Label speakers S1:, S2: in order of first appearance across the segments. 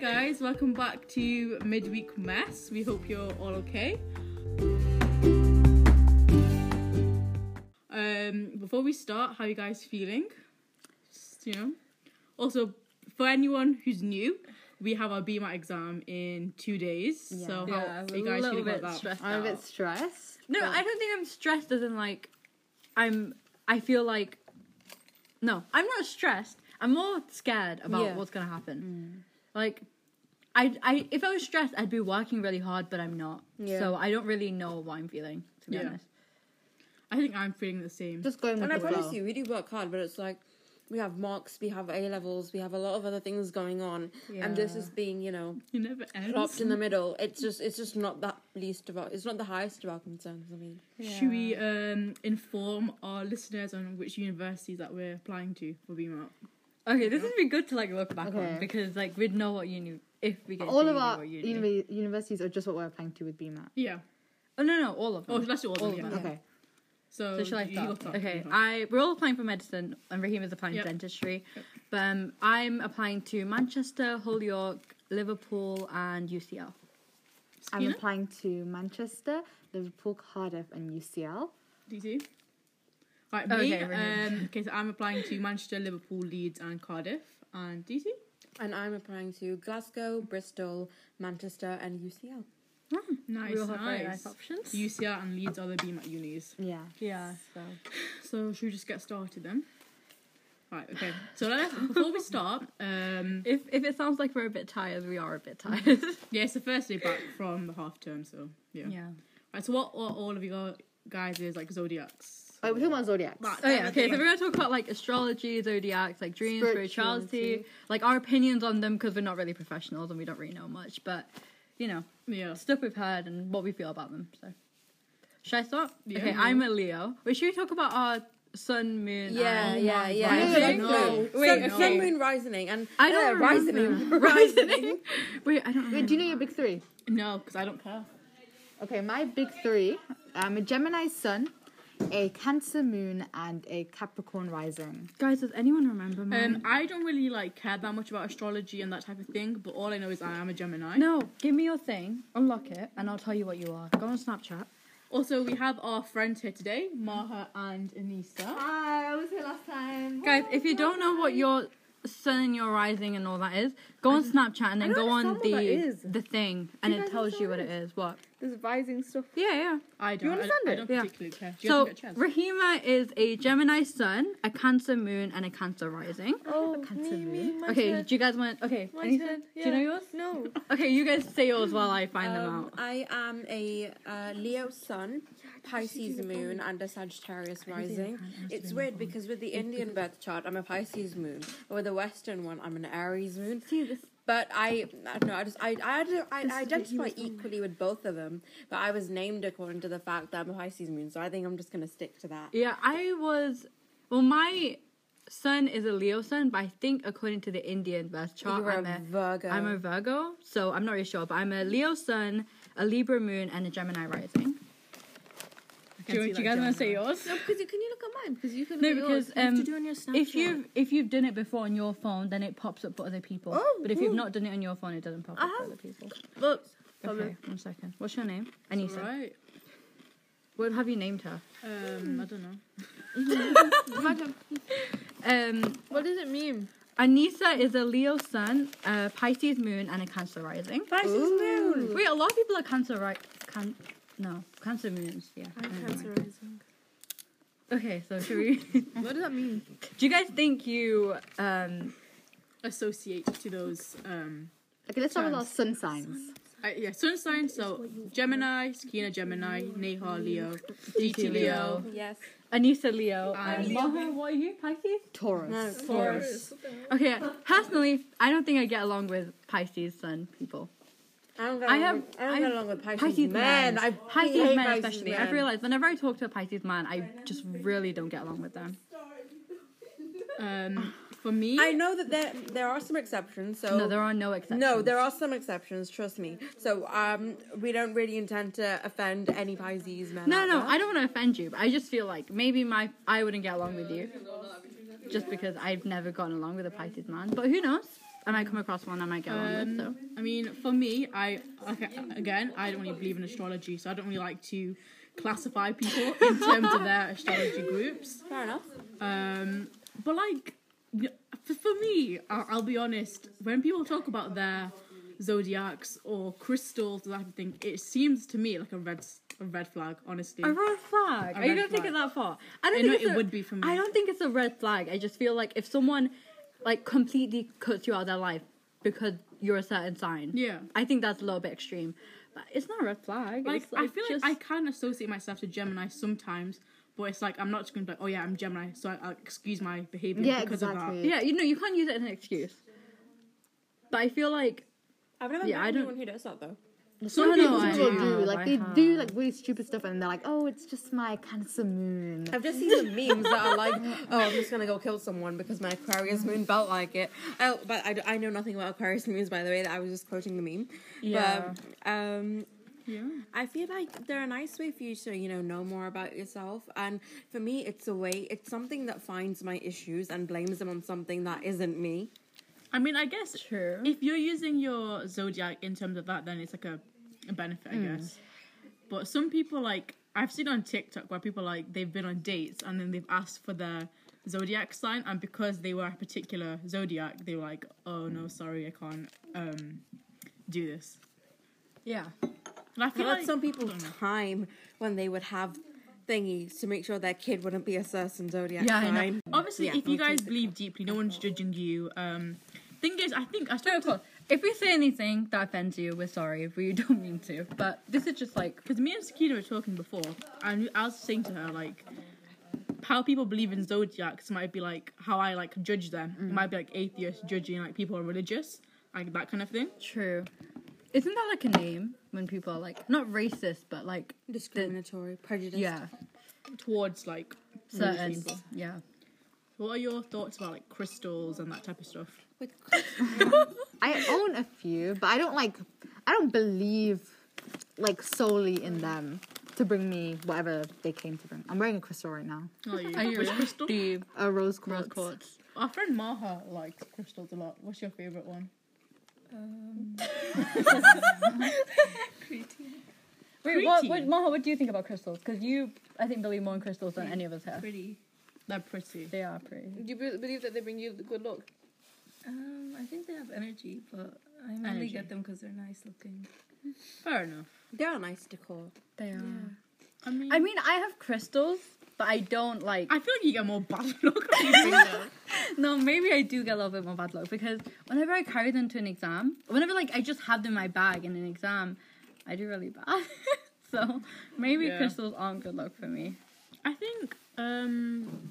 S1: guys, welcome back to Midweek Mess. We hope you're all okay. Um, before we start, how you guys feeling? Just, you know. Also, for anyone who's new, we have our BMAT exam in two days.
S2: Yeah.
S1: So how
S3: Yeah, I'm
S1: are you guys
S3: a little
S1: feeling
S3: bit
S1: about that?
S3: stressed
S2: I'm a
S3: out.
S2: bit stressed.
S3: No,
S2: but-
S3: I don't think I'm stressed as in like I'm I feel like no, I'm not stressed. I'm more scared about
S2: Yeah. Mm.
S3: what's gonna happen. Like I I if I was stressed I'd be working really hard, but I'm not.
S2: Yeah.
S3: So I don't really know what I'm feeling, to be
S1: Yeah.
S3: honest.
S1: I think I'm feeling the same.
S2: just going with
S4: And I
S2: the flow.
S4: promise you, we do work hard, but it's like we have marks, we have A levels, we have a lot of other things going on, and this
S2: Yeah.
S4: is being, you know,
S1: it never ends.
S4: dropped in the middle. It's just, it's just not that least of our, it's not the highest of our concerns. I mean,
S1: Should we um, inform our listeners on which universities that we're applying to for BMAT?
S3: Okay, this would be good to like look back
S2: Okay.
S3: on because like we'd know what you knew if we get
S2: All
S3: to
S2: of
S3: uni,
S2: our
S3: what you knew.
S2: uni- universities are just what we're applying to with BMAT.
S1: Yeah.
S3: Oh no no, all of
S1: Oh,
S3: them.
S1: let's do all of them.
S3: All of
S1: yeah.
S3: them.
S2: Okay.
S1: So,
S3: So shall I
S1: you go
S3: start?
S1: first, you
S3: Okay,
S1: go first.
S3: I we're all applying for medicine, and Raheem is applying
S1: Yep.
S3: for dentistry. But um, I'm applying to Manchester, Holyoke, Liverpool, and
S2: I'm
S3: UCL.
S1: Skeena?
S2: applying to Manchester, Liverpool, Cardiff, and UCL.
S1: DC. Right, me.
S3: Okay, Renee.
S1: um, okay, so I'm applying to Manchester, Liverpool, Leeds, and Cardiff, and DC.
S4: and I'm applying to Glasgow, Bristol, Manchester, and UCL.
S1: Nice,
S3: we all have very
S1: nice.
S3: nice options.
S1: UCL and Leeds are the BMAT unis.
S2: Yeah.
S3: yeah. So
S1: So should we just get started then? Right, okay. So let's, before we start, um,
S3: if if it sounds like we're a bit tired, we are a bit tired.
S1: yeah, it's the first day back from the half term, so Mm-hmm. yeah. Right, so what, what all of you got- guys is like zodiacs?
S2: Oh, we're talking about zodiacs.
S1: Right.
S3: Oh yeah. Okay. So we're gonna talk about like astrology, zodiacs, like dreams,
S2: Spirituality.
S3: spirituality, like our opinions on them because we're not really professionals and we don't really know much. But you know,
S1: Yeah.
S3: stuff we've heard and what we feel about them. So, should I start?
S1: Yeah.
S3: okay, I'm a Leo. Wait, should we talk about our sun, moon?
S4: Yeah,
S3: and-
S4: yeah, yeah.
S2: No,
S4: exactly.
S2: no.
S4: Oh Sun-
S3: Wait,
S4: sun,
S3: okay.
S4: moon rising, and
S3: I don't
S4: uh,
S3: remember.
S4: rising, rising.
S3: Wait, I don't.
S2: Wait, do you know your big three?
S1: No, because I don't care.
S2: Okay, my big three. I'm a Gemini sun, a Cancer moon, and a Capricorn rising.
S3: Guys, does anyone remember mine?
S1: Um, I don't really like care that much about astrology and that type of thing, but all I know is I am a Gemini.
S3: no, give me your thing, unlock it, and I'll tell you what you are. Go on Snapchat.
S1: Also, we have our friends here today, Maha and Anissa.
S2: Hi, I was here last time.
S3: Guys, if you don't know what your sun and your rising and all that is, go on Snapchat and then
S2: don't
S3: go on
S2: understand what that
S3: the
S2: is.
S3: the thing, and
S2: guys
S3: it tells you what
S2: understand
S3: it is. What?
S2: This rising stuff.
S3: Yeah, yeah.
S1: I don't.
S2: understand
S1: I, I
S2: it?
S1: don't
S3: Yeah.
S1: particularly care. Do you
S3: So
S1: guys get a chance?
S3: Rahima is a Gemini sun, a Cancer moon, and a Cancer rising.
S2: Oh,
S3: Cancer moon. okay, do you guys want? Okay, Anissa, do you know yours?
S4: No.
S3: Okay, you guys say yours while I find them
S4: Um,
S3: out.
S4: I am a uh, Leo Sun, Pisces Moon, and a Sagittarius Rising. It's weird because with the Indian birth chart, I'm a Pisces Moon, but with the Western one, I'm an Aries Moon. But I, I don't know. I just I I, I, I identify equally with both of them, but I was named according to the fact that I'm a Pisces Moon, so I think I'm just gonna stick to that.
S3: Yeah, I was. Well, my sun is a Leo sun, but I think according to the Indian birth chart,
S4: You're
S3: I'm
S4: a
S3: a
S4: Virgo.
S3: am a Virgo, so I'm not really sure, but I'm a Leo sun, a Libra moon, and a Gemini rising.
S1: Do you, do you guys want to say yours?
S5: Because can you look at mine? Because you can
S3: No,
S5: look at yours.
S3: because,
S5: You have
S3: um,
S5: to do on your Snapchat.
S3: If you've if you've done it before on your phone, then it pops up for other people.
S5: Oh,
S3: but if you've
S5: ooh.
S3: not done it on your phone, it doesn't pop
S5: I
S3: up for
S5: have-
S3: other people.
S5: look,
S3: Okay, one second. What's your name?
S1: All
S3: Anissa.
S1: right.
S3: What have you named her?
S1: Um, I don't know.
S3: Um,
S5: what does it mean?
S3: Anissa is a Leo sun, a Pisces moon, and a Cancer rising.
S4: Pisces Moon.
S3: Wait, a lot of people are Cancer right? Can no Cancer moons. Yeah.
S5: I'm
S3: never mind.
S5: Cancer rising.
S3: Okay, so should we?
S5: What does that mean?
S3: Do you guys think you um
S1: Associate to those. Um,
S2: Okay, let's start with our sun signs.
S1: I, yeah, sun signs. So Gemini, Skina Gemini, Neha Leo, DT
S3: DT
S1: Leo.
S3: Leo.
S4: Yes.
S3: Anissa Leo and
S1: Leo.
S3: Maher, what are you Pisces?
S2: Taurus.
S3: Taurus. Okay, personally, I don't think I get along with Pisces sun people.
S4: I don't get
S3: I
S4: along,
S3: have-
S4: with- I don't get
S3: I've-
S4: along with Pisces,
S3: Pisces
S4: men.
S3: men,
S4: I
S3: Pisces
S4: hate
S3: men
S4: Pisces
S3: especially.
S4: men.
S3: I've realized whenever I talk to a Pisces man, I just really don't get along with them.
S1: Um, for me,
S4: I know that there there are some exceptions. So
S3: No, there are no exceptions.
S4: No, there are some exceptions, trust me. So um we don't really intend to offend any Pisces men.
S3: No,
S4: out
S3: no,
S4: there.
S3: I don't want to offend you, but I just feel like maybe my I wouldn't get along with you, just because I've never gotten along with a Pisces man. But who knows? I might come across one I might get along with. So
S1: Um, I mean, for me, I okay, again, I don't really believe in astrology, so I don't really like to classify people in terms of their astrology groups.
S4: Fair enough.
S1: Um, but like, y- for, for me, I'll, I'll be honest. When people talk about their zodiacs or crystals, that type of thing, it seems to me like a red s- a red flag. Honestly,
S3: a red flag.
S1: A
S3: Are you
S1: red
S3: gonna take
S1: flag.
S3: it that far? I don't
S1: I
S3: think
S1: know
S3: it's
S1: it
S3: a-
S1: would be for me.
S3: I don't think it's a red flag. I just feel like if someone like completely cuts you out of their life because you're a certain sign.
S1: Yeah.
S3: I think that's a little bit extreme. But it's not a red flag.
S1: like,
S3: it's,
S1: I feel like I can associate myself to Gemini sometimes, but it's like I'm not just going to be like, oh yeah, I'm Gemini, so I, I'll excuse my behavior
S2: Yeah,
S1: because of
S2: exactly.
S3: Yeah, you know, you can't use it as an excuse. But I feel like
S4: I've never
S3: Yeah,
S4: met
S3: I don't-
S4: anyone who does that though.
S1: that.
S3: No,
S1: Some
S3: no,
S1: people
S3: I-
S1: do.
S2: People do
S3: have,
S2: like
S3: I
S2: they do like really stupid stuff, and they're like, "Oh, it's just my Cancer moon."
S4: I've just seen some memes that are like, oh, I'm just gonna go kill someone because my Aquarius moon felt like it. Oh, but I, d- I know nothing about Aquarius moons, by the way. That I was just quoting the meme.
S3: Yeah.
S4: But, um,
S1: Yeah.
S4: I feel like they're a nice way for you to, you know, know more about yourself. And for me, it's a way. It's something that finds my issues and blames them on something that isn't me.
S1: I mean, I guess
S3: True.
S1: if you're using your zodiac in terms of that, then it's like a, a benefit, I
S3: Hmm.
S1: guess. But some people like I've seen on TikTok where people like they've been on dates and then they've asked for their zodiac sign, and because they were a particular zodiac, they were like, "Oh no, sorry, I can't um, do this."
S3: Yeah.
S1: And I
S4: I
S1: feel
S4: like
S1: like
S4: some people time when they would have thingies to make sure their kid wouldn't be a certain zodiac
S3: Yeah, I know.
S4: sign.
S1: Obviously,
S4: Yeah,
S1: if you
S4: I'll
S1: guys
S4: take
S1: believe deeply, no one's judging you. Um, thing is, I think I
S3: No,
S1: started
S3: of course. If we say anything that offends you, we're sorry. If we don't mean to. But this is just like
S1: because me and Sakina were talking before, and I was saying to her like how people believe in zodiacs might be like how I like judge them.
S3: Mm.
S1: It might be like atheists judging like people who are religious, like that kind of thing.
S3: True. Isn't that like a name when people are like not racist but like
S4: Discriminatory, prejudice.
S3: yeah
S1: Towards like religious
S3: certain
S1: people.
S3: yeah.
S1: What are your thoughts about like crystals and that type of stuff?
S4: With
S2: I own a few, but I don't like. I don't believe like solely in them to bring me whatever they came to bring. I'm wearing a crystal right now,
S1: Are you,
S3: Are you
S1: which
S3: really?
S1: crystal?
S3: The
S2: a rose
S3: rose
S2: quartz.
S3: quartz.
S1: Our friend Maha likes crystals a lot. What's your favorite one?
S3: Wait, what,
S1: Pretty.
S3: what, Maha? What do you think about crystals? Because you, I think, believe more in crystals than any of us have.
S1: Pretty. They're pretty.
S3: They are pretty.
S5: Do you be- believe that they bring you good luck?
S6: Um, I think they have energy, but I mainly
S1: Energy.
S6: get them because they're nice looking.
S1: Fair enough.
S4: they are nice decor.
S3: They are.
S1: I mean,
S3: I mean, I have crystals, but I don't like.
S1: I feel like you get more bad luck on these things.
S3: No, maybe I do get a little bit more bad luck because whenever I carry them to an exam, whenever like I just have them in my bag in an exam, I do really bad. so maybe
S1: Yeah.
S3: crystals aren't good luck for me.
S1: I think um,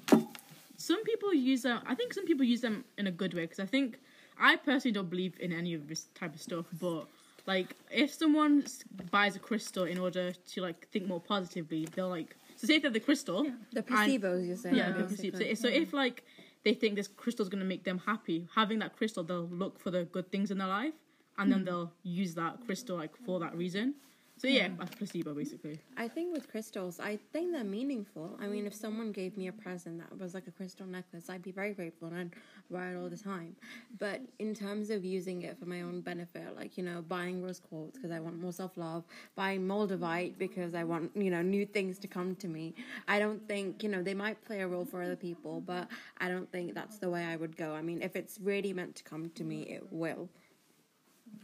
S1: some people use them. I think some people use them in a good way because I think I personally don't believe in any of this type of stuff. But like, if someone s- buys a crystal in order to like think more positively, they'll like. So say if they're the crystal,
S4: The
S1: And-
S4: placebos, you're saying.
S1: yeah, the placebo. So, so if like they think this crystal's gonna make them happy, having that crystal, they'll look for the good things in their life, and then they'll use that crystal like for that reason. So yeah, that's placebo basically.
S4: I think with crystals, I think they're meaningful. I mean, if someone gave me a present that was like a crystal necklace, I'd be very grateful and I'd wear it all the time. But in terms of using it for my own benefit, like, you know, buying rose quartz because I want more self love, buying moldavite because I want, you know, new things to come to me, I don't think, you know, they might play a role for other people, but I don't think that's the way I would go. I mean, if it's really meant to come to me, it will.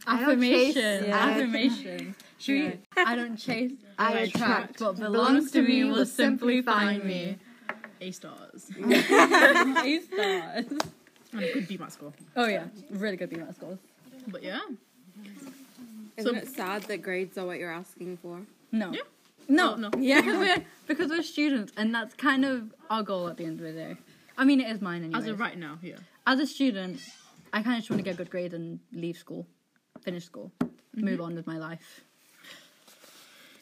S2: I don't chase-
S3: Affirmation.
S2: I-
S3: Affirmation. Should we? I don't chase.
S2: I attract.
S3: What belongs to me will simply find me.
S1: A stars.
S3: A stars.
S1: and a good B math score.
S3: Oh yeah, really good BMAT scores.
S1: But yeah,
S4: Isn't it sad that grades are what you're asking for?
S3: No.
S1: Yeah.
S3: No,
S1: No,
S3: no.
S1: no.
S3: Yeah, because we're because we're students, and that's kind of our goal at the end of the day. I mean, it is mine anyway.
S1: as of right now, yeah.
S3: as a student, I kind of just want to get good grades and leave school, finish school, move on with my life.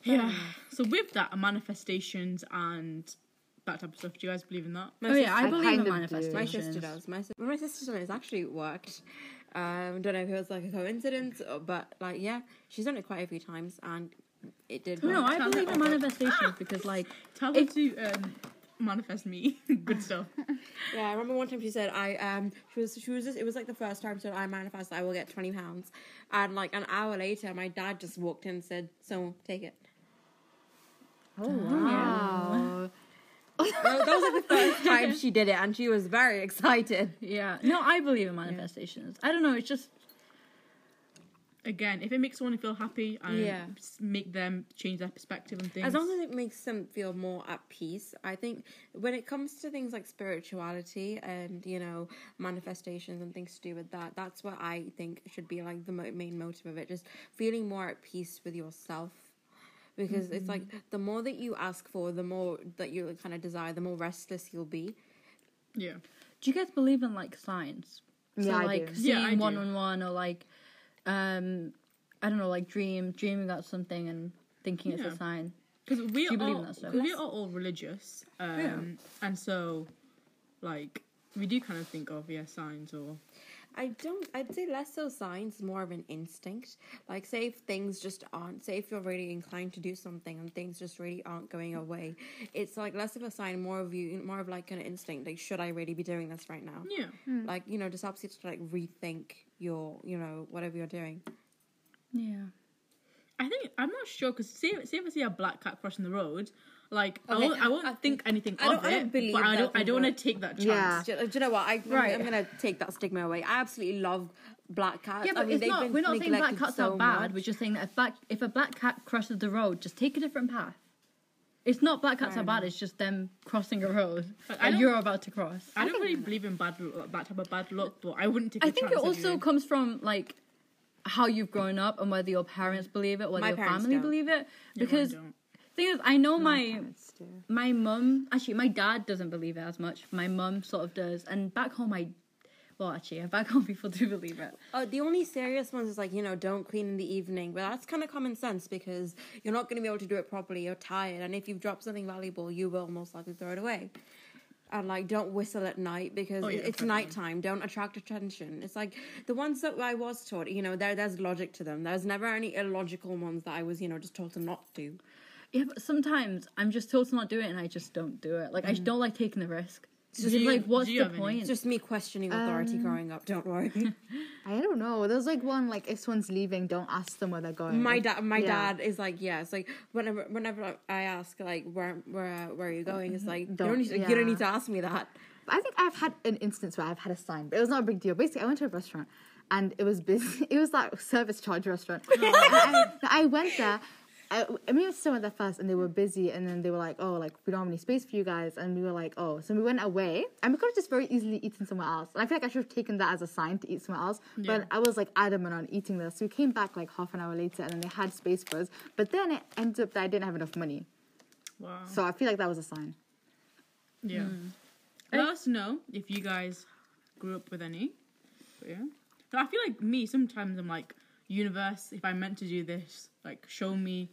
S1: Yeah. Um, So with that, manifestations and that type of stuff. Do you guys believe in that?
S4: My
S3: oh yeah,
S4: sister-
S3: I believe
S2: kind of
S3: in
S2: do.
S3: manifestation.
S4: My sister does. My, sis- well, my sister's done it. It's actually worked. Um, don't know if it was like a coincidence, or, but like yeah, she's done it quite a few times, and it did.
S3: No,
S4: work.
S3: I believe in manifestations because like
S1: Tell them
S3: If-
S1: to um, manifest me good stuff.
S4: Yeah, I remember one time she said I um she was she was just it was like the first time she said I manifest I will get twenty pounds, and like an hour later my dad just walked in and said so take it.
S2: Oh wow.
S4: Well, that was like the first time she did it, and she was very excited.
S3: Yeah. No, I believe in manifestations. I don't know. It's just
S1: Again, if it makes someone feel happy and
S3: Yeah.
S1: s- make them change their perspective and things.
S4: As long as it makes them feel more at peace, I think when it comes to things like spirituality and you know manifestations and things to do with that, that's what I think should be like the mo- main motive of it. Just feeling more at peace with yourself, because it's like the more that you ask for, the more that you kind of desire, the more restless you'll be.
S1: yeah.
S3: do you guys believe in like signs? So
S2: Yeah, I
S3: like
S2: do.
S1: Yeah, I
S3: seeing
S1: do.
S3: one on one or like um I don't know, like dream dreaming about something and thinking it's
S1: Yeah.
S3: a sign.
S1: Because we
S3: Do you
S1: are
S3: believe in
S1: all,
S3: that stuff?
S1: 'cause we are all religious, um, and so like we do kind of think of yeah signs or
S4: I don't. I'd say less so signs, more of an instinct. Like, say if things just aren't. Say if you're really inclined to do something and things just really aren't going your way. It's like less of a sign, more of you, more of like an instinct. Like, should I really be doing this right now?
S1: yeah.
S3: Hmm.
S4: Like, you know, just helps you to like rethink your, you know, whatever you're doing.
S3: Yeah.
S1: I think I'm not sure because say, say if I see a black cat crossing the road, like I
S4: Okay,
S1: won't, I won't
S4: I
S1: think anything
S4: I don't-
S1: of
S4: I
S1: it.
S4: don't believe
S1: but I
S4: that
S1: don't. I
S4: thing,
S1: don't want
S4: but-
S1: to take that chance.
S2: Yeah.
S4: Do, you- do you know what? I,
S3: Right.
S4: I'm gonna take that stigma away. I absolutely love black cats.
S3: Yeah,
S4: I
S3: but
S4: mean,
S3: it's
S4: they've
S3: not.
S4: been
S3: We're not saying black
S4: neglected
S3: cats
S4: so
S3: are bad.
S4: much.
S3: We're just saying that if, black, if a black cat crosses the road, just take a different path. It's not black cats are bad. It's just them crossing a road
S1: But I
S3: and
S1: don't-
S3: you're about to cross.
S1: I don't really believe in bad l- that type of bad luck, but I wouldn't take.
S3: I
S1: a
S3: think it
S1: chance
S3: also
S1: anyway.
S3: comes from like how you've grown up and whether your parents believe it, whether
S4: My
S3: your
S4: parents
S3: family
S4: don't.
S3: believe it.
S1: Yeah, mine
S3: Because
S1: don't.
S3: thing is, I know my
S2: Parents do.
S3: my mum actually my dad doesn't believe it as much. My mum sort of does, and back home I, well actually back home people do believe it.
S4: Uh, the only serious ones is like, you know, don't clean in the evening. But that's kind of common sense because you're not going to be able to do it properly. You're tired. And if you've dropped something valuable, you will most likely throw it away. And like, don't whistle at night because
S1: Oh, yeah,
S4: it- it's
S1: definitely.
S4: nighttime. Don't attract attention. It's like the ones that I was taught, you know, there there's logic to them. There's never any illogical ones that I was, you know, just told to not do.
S3: Yeah, but sometimes I'm just told to not do it, and I just don't do it. Like I
S2: Mm.
S3: just don't like taking the risk.
S1: So
S3: Because,
S1: do you-
S3: like, what's
S1: do you
S3: the
S1: have any?
S3: point?
S4: It's just me questioning authority growing up. Don't worry.
S2: I don't know. There's like one like if someone's leaving, don't ask them where they're going.
S4: My dad, my
S2: Yeah.
S4: dad is like, yeah. It's like whenever, whenever I ask, like, where, where, where are you going? It's like, you
S2: Mm-hmm. Don't-
S4: don't need, you
S2: yeah.
S4: don't need to ask me that.
S2: But I think I've had an instance where I've had a sign, but it was not a big deal. Basically, I went to a restaurant and it was busy. It was like a service charge restaurant. And I, I went there. I, I mean, it was still at there first, and they were busy, and then they were like, "Oh, like we don't have any space for you guys," and we were like, "Oh." So we went away, and we could have just very easily eaten somewhere else. And I feel like I should have taken that as a sign to eat somewhere else, but I was like adamant on eating there. So we came back like half an hour later, and then they had space for us. But then it ended up that I didn't have enough money,
S1: Wow.
S2: so I feel like that was a sign.
S1: Yeah.
S4: hmm.
S1: Let us know if you guys grew up with any. But yeah. But I feel like me, sometimes I'm like, universe, if I'm meant to do this, like, show me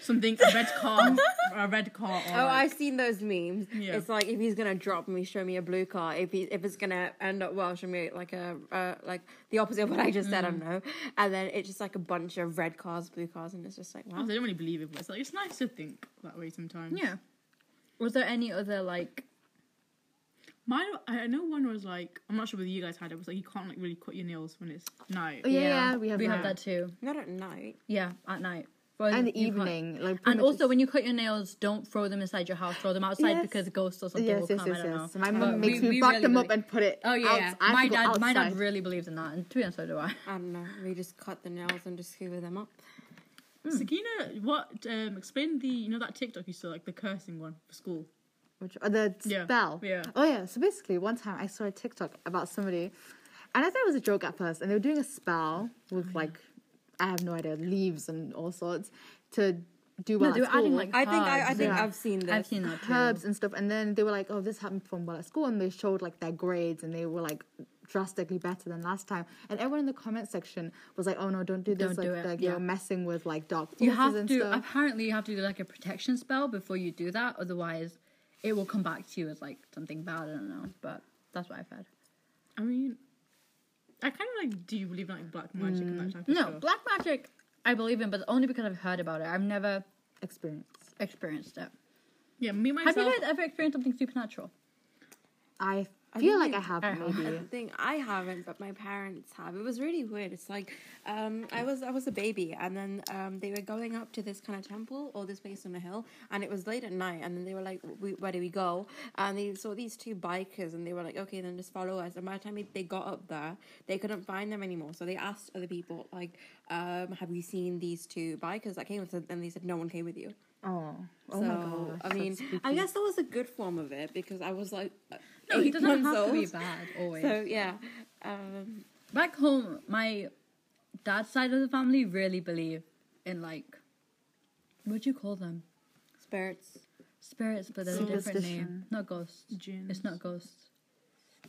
S1: something, a red car, or a red car. Or,
S4: Oh,
S1: like-
S4: I've seen those memes.
S1: Yeah.
S4: It's like if he's gonna drop me, show me a blue car. If he, if it's gonna end up well, show me like a uh, like the opposite of what I just said.
S2: Mm.
S4: I don't know. And then it's just like a bunch of red cars, blue cars, and it's just like wow.
S1: I don't really believe it, but it's like, it's nice to think that way sometimes.
S3: yeah. Was there any other like?
S1: Mine, I I know one was like, I'm not sure whether you guys had it, was like, you can't like really cut your nails when it's night.
S2: Oh yeah, yeah, we have
S3: we
S2: that.
S3: have that too.
S4: Not at night.
S3: Yeah, at night.
S2: and
S3: Well,
S2: the
S3: you can't-
S2: evening, like pretty
S3: And
S2: much
S3: also,
S2: it's-
S3: when you cut your nails, don't throw them inside your house. Throw them outside
S2: Yes.
S3: because ghosts or something
S2: yes,
S3: will
S2: yes,
S3: come.
S2: yes,
S3: I don't
S2: yes.
S3: know.
S2: My mum
S3: But
S2: makes
S3: we-
S2: me
S3: we
S2: back
S3: really,
S2: them up
S3: really-
S2: and put it.
S3: Oh yeah,
S2: outs-
S3: yeah.
S2: I have
S3: my
S2: to go
S3: dad, my dad
S2: outside.
S3: really believes in that, and to be honest, so do I.
S4: I don't know. We just cut the nails and just hoover them up.
S1: Sakina, what, um, explain the, you know, that TikTok you saw, like, the cursing one for school.
S2: Which or the
S1: Yeah,
S2: spell?
S1: yeah.
S2: Oh yeah. So basically, one time I saw a TikTok about somebody, and I thought it was a joke at first, and they were doing a spell
S3: Oh,
S2: with like, I have no idea, leaves and all sorts to do well
S3: No,
S2: at
S3: they were
S2: school.
S3: adding like
S4: I think I, I
S3: herbs.
S4: think
S2: yeah.
S4: I've seen this.
S3: I've seen that too.
S2: herbs and stuff. And then they were like, oh, this happened from well at school. And they showed like their grades and they were like drastically better than last time. And everyone in the comment section was like, oh no, don't do this.
S3: Don't do
S2: like
S3: it,
S2: like,
S3: yeah.
S2: you're messing with like dark forces
S3: You have
S2: and
S3: to
S2: stuff.
S3: apparently you have to do like a protection spell before you do that, otherwise it will come back to you as like something bad. I don't know, but that's what I've heard.
S1: I mean, I kind of like. Do you believe in, like black magic and that type of
S3: Mm, No,
S1: stuff?
S3: black magic I believe in, but only because I've heard about it. I've never
S2: Experience.
S3: experienced it.
S1: Yeah, me myself.
S3: Have you guys ever experienced something supernatural?
S2: I
S4: I
S2: feel
S4: think
S2: like I have
S4: I
S2: maybe.
S4: think I haven't, but my parents have. It was really weird. It's like um, I was I was a baby, and then um, they were going up to this kind of temple or this place on a hill, and it was late at night. And then they were like, we, "Where do we go?" And they saw these two bikers, and they were like, "Okay, then just follow us." And by the time they got up there, they couldn't find them anymore. So they asked other people, like, um, "Have you seen these two bikers that came?" And they said, "No one came with you."
S2: Oh, oh
S4: so
S2: my god.
S4: I mean, I guess that was a good form of it because I was like,
S3: No, it
S4: eight
S3: doesn't
S4: months
S3: have to be
S4: old.
S3: bad always.
S4: So yeah, um,
S3: Back home, my dad's side of the family really believe in like, what do you call them?
S4: spirits.
S3: Spirits, but there's a different name.
S2: Superstition.
S3: Not ghosts. It's
S1: Jinns.
S3: not ghosts.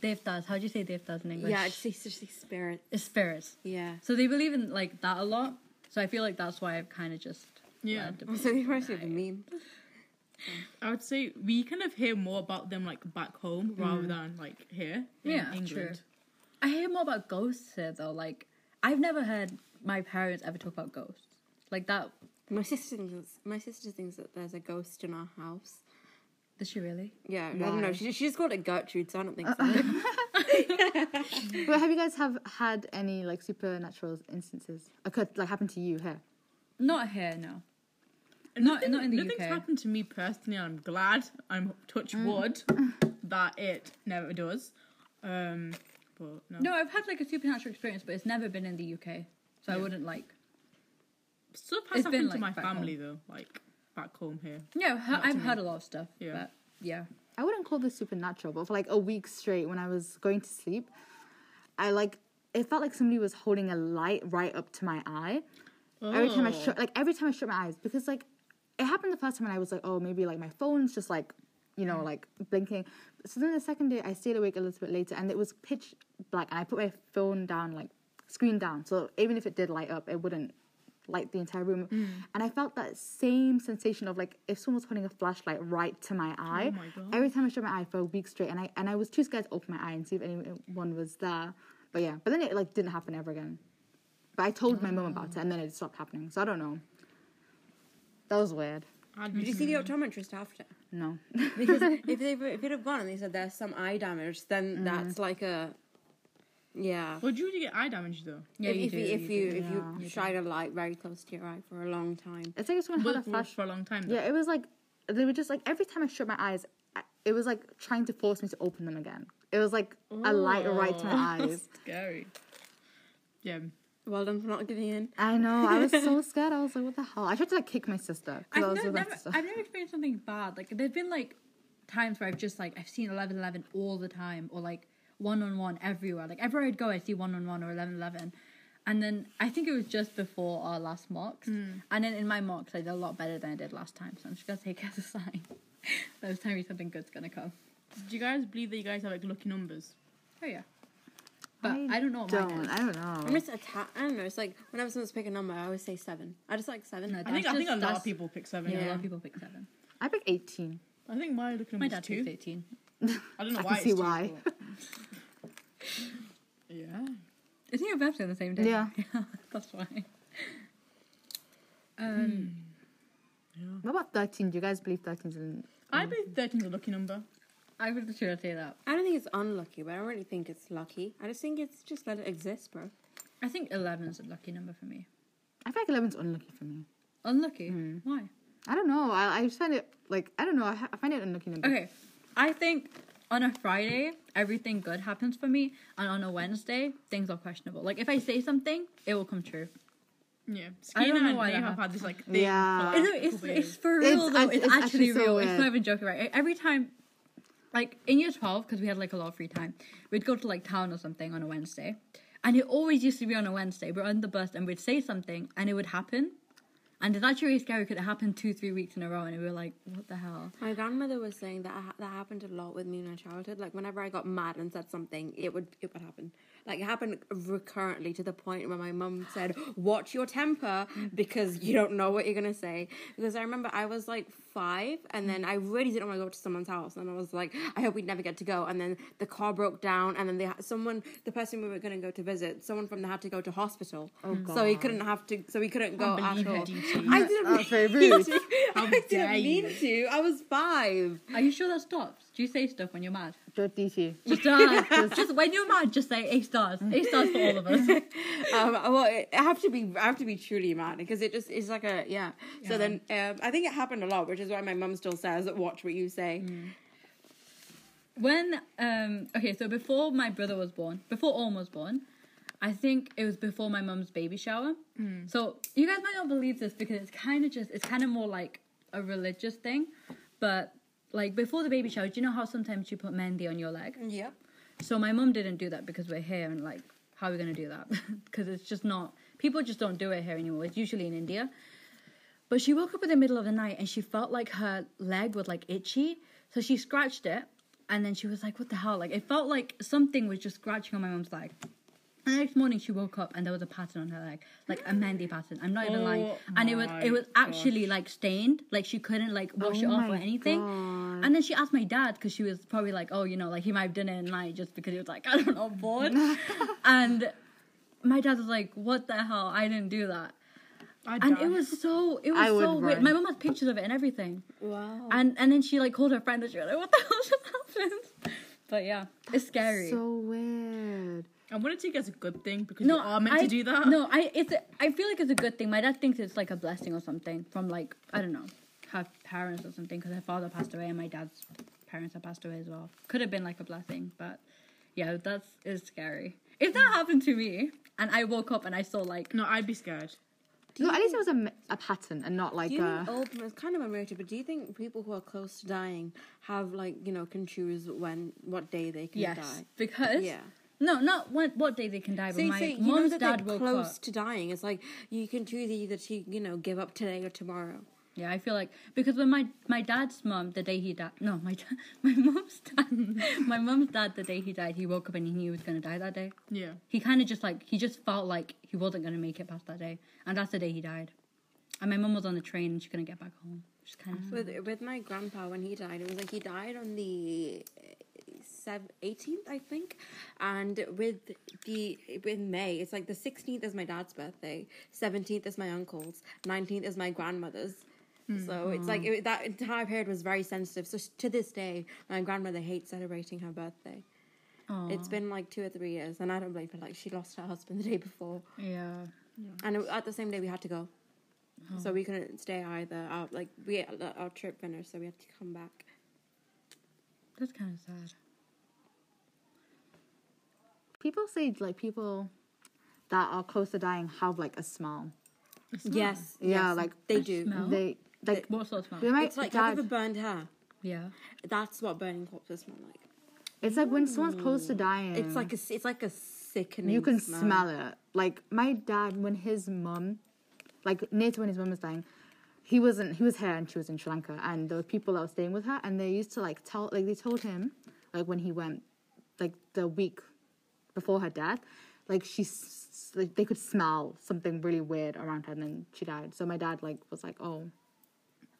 S3: Devdas. How do you say devdas in English?
S4: Yeah, it's just, it's just spirits.
S3: it's spirits.
S4: Yeah.
S3: So they believe in like that a lot. So I feel like that's why I've kind of just
S1: Yeah.
S3: learned
S4: Oh,
S3: about
S4: So
S3: it.
S4: you must have meme.
S1: I would say we kind of hear more about them like back home rather than like here. In
S3: Mm. Yeah,
S1: England.
S3: I hear more about ghosts here though. Like I've never heard my parents ever talk about ghosts. Like that.
S4: My sister thinks my sister thinks that there's a ghost in our house.
S3: Did she really?
S4: Yeah, I don't know.
S2: Why?
S4: She, she just called it Gertrude, so I don't think so.
S2: But have you guys have had any like supernatural instances occurred like happened to you here?
S3: Not here. No.
S1: And
S3: Not- not in the
S1: nothing's
S3: UK.
S1: happened to me personally. and I'm glad. I'm touch
S3: Mm.
S1: wood that it never does. Um, but no,
S3: No, I've had like a supernatural experience, but it's never been in the UK. So I wouldn't like.
S1: stuff
S3: It's
S1: has
S3: been,
S1: happened
S3: like,
S1: to my
S3: back
S1: family though, like back home here.
S3: Yeah, I've he-
S1: to
S3: I've
S1: me.
S3: heard a lot of stuff.
S1: Yeah.
S3: But yeah.
S2: I wouldn't call this supernatural, but for like a week straight when I was going to sleep, I like it felt like somebody was holding a light right up to my eye. Every time I
S1: Oh.
S2: shut like every time I shut my eyes because like it happened the first time and I was like, oh maybe like my phone's just like you know like blinking. So then the second day I stayed awake a little bit later and it was pitch black and I put my phone down like screen down so even if it did light up it wouldn't light the entire room
S1: Mm.
S2: and I felt that same sensation of like if someone was holding a flashlight right to my eye.
S1: Oh my God.
S2: Every time I shut my eye for a week straight and I and I was too scared to open my eye and see if anyone was there. But yeah, but then it like didn't happen ever again. But I told my mum about it, and then it stopped happening. So I don't know. That was weird.
S1: I'd
S4: Did
S1: be
S4: you see the optometrist after?
S2: No.
S4: Because if they were- if it had gone and they said there's some eye damage, then that's like a yeah.
S1: Would you get eye damage though?
S3: Yeah,
S4: if,
S3: you
S4: if
S3: do,
S4: you if
S3: you
S4: you,
S3: do.
S4: if you shine a light very close to your eye for a long time.
S2: It's like someone had a
S1: But
S2: flash.
S1: for a long time. Though.
S2: Yeah, it was like they were just like every time I shut my eyes, I- it was like trying to force me to open them again. It was like a light right to my eyes.
S1: Scary. Yeah.
S4: Well done for not giving in.
S2: I know. I was so scared. I was like, "What the hell?" I tried to like kick my sister because I
S3: I've
S2: was
S3: never,
S2: with my
S3: never,
S2: sister.
S3: I've never experienced something bad. Like there've been like times where I've just like I've seen eleven eleven all the time, or like one on one everywhere. Like everywhere I'd go, I see one on one or eleven eleven. And then I think it was just before our last mocks, and then in my mocks I did a lot better than I did last time. So I'm just gonna take it as a sign. that was telling me something good's gonna come.
S1: Do you guys believe that you guys have like lucky numbers?
S3: Oh yeah, but I, don't know. What mine
S2: Don't.
S3: is.
S2: I don't know.
S4: I'm just atta- I don't know. It's like whenever someone's picking a number, I always say seven. I just like seven.
S3: No,
S1: I think
S3: that's
S1: I think a lot
S3: just- that's-
S1: of people pick seven.
S3: Yeah, a lot
S1: Yeah.
S3: of people pick seven.
S2: I picked eighteen.
S1: I think my lucky
S3: My
S1: number
S3: dad
S1: is two.
S3: picked eighteen.
S1: I don't know
S2: I
S1: why.
S2: can see
S1: it's two,
S2: why.
S1: but- yeah.
S3: Isn't your birthday on the same day?
S2: Yeah.
S3: that's why. Um,
S2: What about thirteen? Do you guys believe thirteen's in?
S1: I believe 13 is a lucky number.
S3: I would literally say that.
S4: I don't think it's unlucky, but I don't really think it's lucky. I just think it's just let it exist, bro.
S3: I think 11's a lucky number for me.
S2: I feel like eleven's unlucky for me.
S3: Unlucky? Why?
S2: I don't know. I, I just find it like I don't know. I, ha- I find it unlucky number.
S3: Okay, I think on a Friday, everything good happens for me, and on a Wednesday, things are questionable. Like, if I say something, it will come true.
S1: Yeah.
S3: I don't
S1: Skeena
S3: know
S1: and
S3: why that
S1: Nave have had
S3: happened.
S1: this like thing.
S2: Yeah.
S1: for, like, a
S3: It's, it's,
S1: couple years.
S3: it's for real,
S2: It's
S3: though.
S2: act-
S3: It's,
S2: it's
S3: actually,
S2: actually so
S3: real. it's
S2: weird.
S3: not even joking, right? Every time, like, in year 12, because we had, like, a lot of free time, we'd go to, like, town or something on a Wednesday. And it always used to be on a Wednesday. We're on the bus, and we'd say something, and it would happen. And it's actually really scary because it happened two, three weeks in a row, and we were like, what the hell?
S4: My grandmother was saying that I ha- that happened a lot with me in my childhood. Like whenever I got mad and said something, it would it would happen. Like it happened recurrently to the point where my mum said, "Watch your temper because you don't know what you're gonna say." Because I remember I was like five, and then I really didn't want to go to someone's house, and I was like, I hope we'd never get to go. And then the car broke down, and then they someone, the person we were going to go to visit, someone from there had to go to hospital, so he couldn't have to, so he couldn't go at
S1: Unbeliever
S4: all.
S1: duty.
S4: I didn't
S2: That's
S4: mean
S2: very rude.
S4: to. I
S1: dare
S4: didn't mean to. I was five.
S3: Are you sure that stops? Do you say stuff when you're mad?
S2: Don't teach you.
S3: Just, uh, just when you're mad, just say A stars. A stars for all of us.
S4: um, well, it- I have to be, I have to be truly mad because it just is like a yeah. So then, um, I think it happened a lot, which is why my mum still says, "Watch what you say."
S3: Mm. when um okay so before my brother was born before Orm was born i think it was before my mum's baby shower so you guys might not believe this because it's kind of just it's kind of more like a religious thing but like before the baby shower do you know how sometimes you put mehndi on your leg
S4: Yep.
S3: so my mum didn't do that because we're here and like how are we going to do that because it's just not people just don't do it here anymore it's usually in india but she woke up in the middle of the night and she felt like her leg was like itchy so she scratched it and then she was like what the hell like it felt like something was just scratching on my mum's leg and the next morning she woke up and there was a pattern on her leg like a mendy pattern i'm not even lying
S1: Oh
S3: and it was
S1: my
S3: it was actually like stained like she couldn't like wash it off or
S2: Oh my
S3: anything
S2: God.
S3: and then she asked my dad because she was probably like, oh, you know, like he might have done it at night just because he was like, I don't know, bored. and my dad was like, what the hell? I didn't do that.
S1: I'd
S3: And
S1: die.
S3: it was so, it was
S2: I would
S3: so weird.
S2: run. Oh.
S3: My mom has pictures of it and everything.
S4: Wow.
S3: And and then she like called her friend and she was like, what the hell just happened? But yeah, it's scary.
S2: So weird.
S1: I want to take it as a good thing because you are meant
S3: I,
S1: to do that.
S3: No, I it's a, I feel like it's a good thing. My dad thinks it's like a blessing or something from like I don't know her parents or something because her father passed away and my dad's parents have passed away as well. Could have been like a blessing, but yeah, that's is scary. If that happened to me and I woke up and I saw like
S1: No, I'd be scared.
S2: No, at least it was a, me- a pattern and not like
S4: Do you
S2: a.
S4: think
S3: uh,
S4: old, it's kind of unrelated, but do you think people who are close to dying have like you know can choose when what day they can
S3: yes
S4: die?
S3: because
S4: Yeah.
S3: no not what what day they can die, but
S4: So you
S3: my
S4: say you know
S3: mom's
S4: that
S3: dad woke
S4: they're close
S3: up.
S4: to dying. It's like you can choose either to you know give up today or tomorrow.
S3: Yeah, I feel like because when my my dad's mom the day he died, no, my da- my mom's dad, my mom's dad the day he died, he woke up and he knew he was gonna die that day.
S1: Yeah.
S3: He kind of just like he just felt like he wasn't gonna make it past that day, and that's the day he died. And my mum was on the train and she couldn't get back home. She's kind of
S4: With with my grandpa when he died, it was like he died on the eh, eighteenth, I think, and with the with May, it's like the sixteenth is my dad's birthday, seventeenth is my uncle's, nineteenth is my grandmother's. So it's like it, that entire period was very sensitive. So s- to this day, my grandmother hates celebrating her birthday. It's been like two or three years, and I don't blame her. Like she lost her husband the day before,
S3: yeah.
S4: and it- at the same day we had to go, so we couldn't stay either. Our, like we uh, our trip finished, so we had to come back.
S3: That's kind of sad.
S2: People say like people that are close to dying have like a smell.
S4: Yes,
S2: Yeah,
S4: yes,
S2: like-
S4: they do.
S3: Smell?
S2: They like.
S3: What sort of smell?
S2: they might
S4: It's like
S2: die-
S4: have you ever burned hair?
S3: Yeah.
S4: That's what burning corpses smell like.
S2: It's like when someone's close to dying.
S4: It's like a s- it's like a sickening.
S2: you can
S4: smell.
S2: smell it. Like my dad, when his mum, like near to when his mum was dying, he wasn't. He was here and she was in Sri Lanka, and there were people that were staying with her, and they used to like tell, like they told him, like when he went, like the week before her death, like she, s- s- like they could smell something really weird around her, and then she died. So my dad like was like, oh,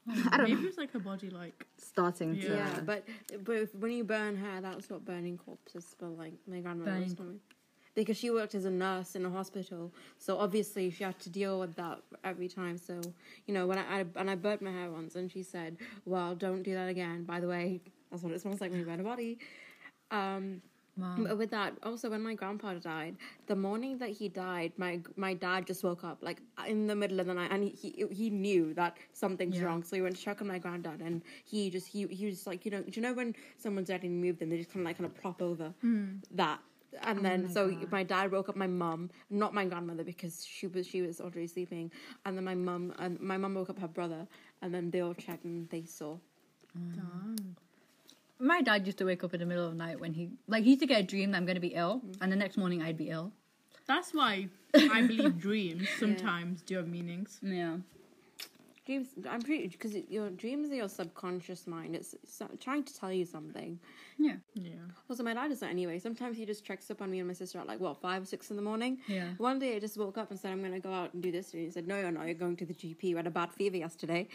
S2: I don't
S1: Maybe
S2: know,
S1: it's like her body, like
S2: starting to.
S4: Yeah, but but if- when you burn hair, that's what burning corpses smell like. My grandmother was
S3: Burning
S4: telling me. Because she worked as a nurse in a hospital, so obviously she had to deal with that every time. So you know when I, I and I burnt my hair once, and she said, "Well, don't do that again." By the way, that's what it smells like when you burn a body. Um, but With that, also when my grandpa died, the morning that he died, my my dad just woke up like in the middle of the night, and he he knew that something's wrong, so he went to check on my granddad, and he just he he was like, you know, do you know when someone's dead and you move them, they just kind of like kind of prop over that. And then, so my dad woke up my mum, not my grandmother, because she was she was already sleeping. And then my mum and my mum woke up her brother, and then they all checked and they saw.
S3: My dad used to wake up in the middle of the night when he like he used to get a dream that I'm gonna be ill, and the next morning I'd be ill.
S1: that's why I believe dreams sometimes do have meanings.
S3: Yeah.
S4: Dreams, I'm pretty because your dreams are your subconscious mind. It's, so trying to tell you something.
S3: Yeah.
S1: Yeah.
S4: Also, my dad does that anyway. Sometimes he just checks up on me and my sister at like what five, six in the morning.
S3: Yeah.
S4: One day I just woke up and said I'm going to go out and do this, and he said, No, you're not. You're going to the GP. You had a bad fever yesterday.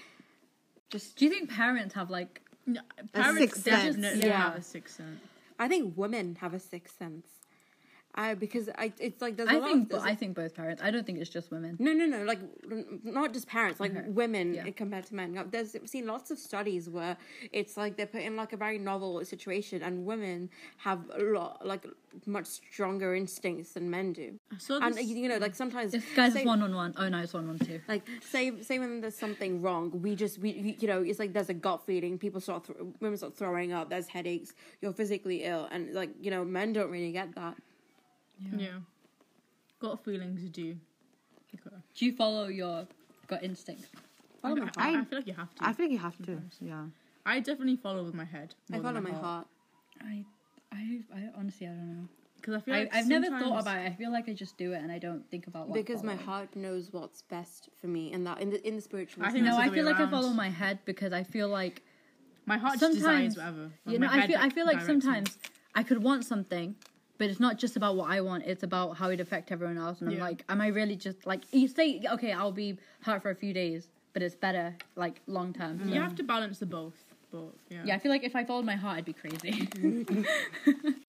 S3: Do you think parents have like?
S1: No, parents
S2: sixth sense.
S1: definitely
S4: Yeah.
S1: have a sixth sense.
S4: I think women have a sixth sense. I because I it's like there's a
S3: I
S4: lot
S3: think,
S4: of
S3: but I think both parents. I don't think it's just women.
S4: No, no, no. Like, n- not just parents, like women
S3: Yeah.
S4: compared to men. Like, There's I've seen lots of studies where it's like they're put in like a very novel situation, and women have a lot, like, much stronger instincts than men do.
S1: I saw
S4: And
S1: this-
S4: you know, like sometimes
S3: This guy's
S4: say-
S3: one on one. Oh no, it's one on two.
S4: Like say say when there's something wrong, we just we you- you know it's like there's a gut feeling. People start thro- women start throwing up. There's headaches. You're physically ill, and like you know men don't really get that.
S1: Yeah. Got feelings do. Okay.
S3: Do you follow your gut instinct?
S1: I, I,
S2: I-
S1: I feel like you have to.
S2: I
S1: I,
S2: think you have to. Yeah.
S1: definitely follow with my head.
S4: I follow my heart.
S3: I, I, I honestly I don't know.
S1: Because I feel
S3: I,
S1: like
S3: I've never thought
S1: sometimes-
S3: about it. I feel like I just do it and I don't think about what
S4: because my
S3: follows.
S4: heart knows what's best for me, and that in the in the spiritual.
S1: I think
S4: sense.
S3: No,
S1: That's
S3: I
S1: the way
S3: feel like I
S1: around.
S3: follow my head because I feel like
S1: My heart just
S3: sometimes
S1: desires whatever. Like,
S3: you
S1: my
S3: know. I
S1: head,
S3: feel I feel like
S1: directs me.
S3: sometimes I could want something, but it's not just about what I want. It's about how it affect everyone else. And I'm
S1: Yeah.
S3: like, am I really just like you say? Okay, I'll be hurt for a few days, but it's better like long term.
S1: you have to balance the both. But yeah.
S3: Yeah, I feel like if I followed my heart, I'd be crazy.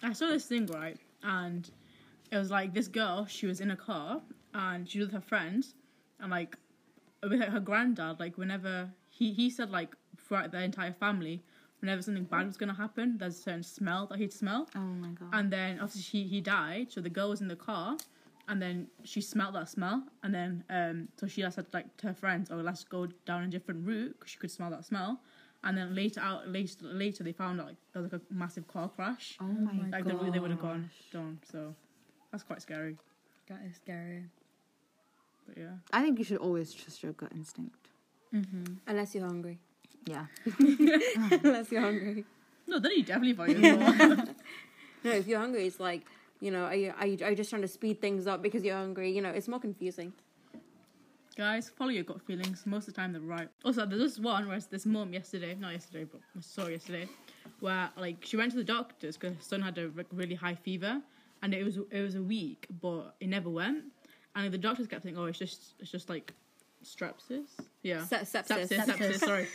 S1: I saw this thing right, and it was like this girl. She was in a car, and she was with her friends, and like with her, her granddad. Like whenever he he said like throughout their entire family, whenever something bad was gonna happen, there's a certain smell that he'd smell.
S2: Oh my god.
S1: And then obviously he, he died, so the girl was in the car, and then she smelled that smell, and then um, so she said like to her friends, "Oh, let's go down a different route 'cause she could smell that smell." And then later out later later they found out like there was like a massive car crash,
S2: oh my
S1: like the route they would have gone down. So that's quite scary.
S3: that is scary.
S1: But yeah,
S2: I think you should always trust your gut instinct.
S4: unless you're hungry.
S2: Yeah.
S4: unless you're hungry.
S1: no, then you definitely vote.
S4: No, if you're hungry, it's like you know, are you are you, are you just trying to speed things up because you're hungry? You know, it's more confusing.
S1: Guys, follow your gut feelings. Most of the time, they're right. Also, there's this one where it's this mum yesterday, not yesterday, but I saw her yesterday, where like she went to the doctors because her son had a like, really high fever, and it was it was a week, but it never went. And the doctors kept saying, "Oh, it's just it's just like strepsis." Yeah,
S4: Se- sepsis.
S1: sepsis, sepsis, sorry.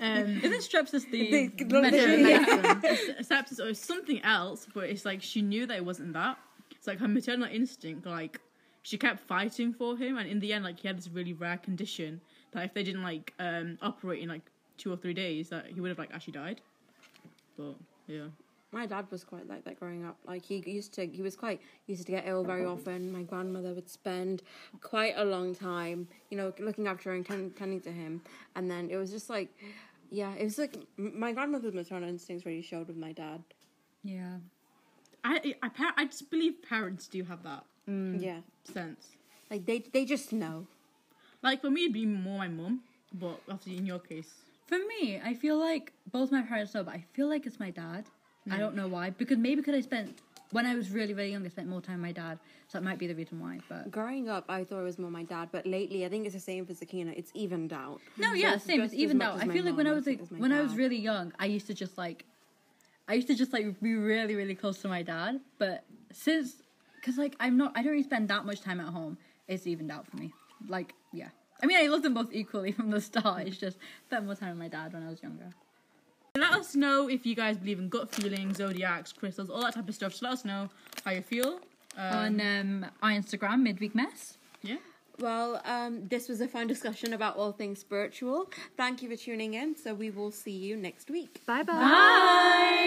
S1: Um,
S3: Isn't strepsis the
S1: medicine, medicine. sepsis or something else, but it's like she knew that it wasn't that. It's like her maternal instinct, like she kept fighting for him, and in the end, like he had this really rare condition that if they didn't like um operate in like two or three days, that he would have like actually died. But yeah,
S4: My dad was quite like that growing up. Like he used to, he was quite he used to get ill very often. My grandmother would spend quite a long time, you know, looking after and tend, tending to him. And then it was just like, yeah, it was like m- my grandmother's maternal instincts really showed with my dad.
S3: yeah.
S1: I I, par- I just believe parents do have that
S4: Yeah,
S1: sense.
S4: like they they just know.
S1: Like for me, it'd be more my mum, but obviously in your case,
S3: For me, I feel like both my parents know, but I feel like it's my dad.
S4: Mm.
S3: I don't know why. Because maybe because I spent when I was really really young, I spent more time with my dad, so that might be the reason why. But
S4: Growing up, I thought it was more my dad, but lately I think it's the same for Sakina. It's evened out.
S3: no, yeah,
S4: Just-
S3: same.
S4: just
S3: It's
S4: as
S3: even
S4: much
S3: though
S4: as
S3: I
S4: my
S3: feel like when I
S4: mom,
S3: was
S4: as
S3: like
S4: much as my
S3: when I was
S4: dad.
S3: really young, I used to just like, I used to just like be really really close to my dad. But since, because like I'm not, I don't really spend that much time at home. It's evened out for me. Like yeah, I mean I love them both equally from the start. It's just spent more time with my dad when I was younger.
S1: Let us know if you guys believe in gut feelings, zodiacs, crystals, all that type of stuff. Just let us know how you feel. Um,
S3: On um, our Instagram, midweek mess.
S1: yeah.
S4: Well, um, this was a fun discussion about all things spiritual. Thank you for tuning in. So we will see you next week.
S2: Bye bye.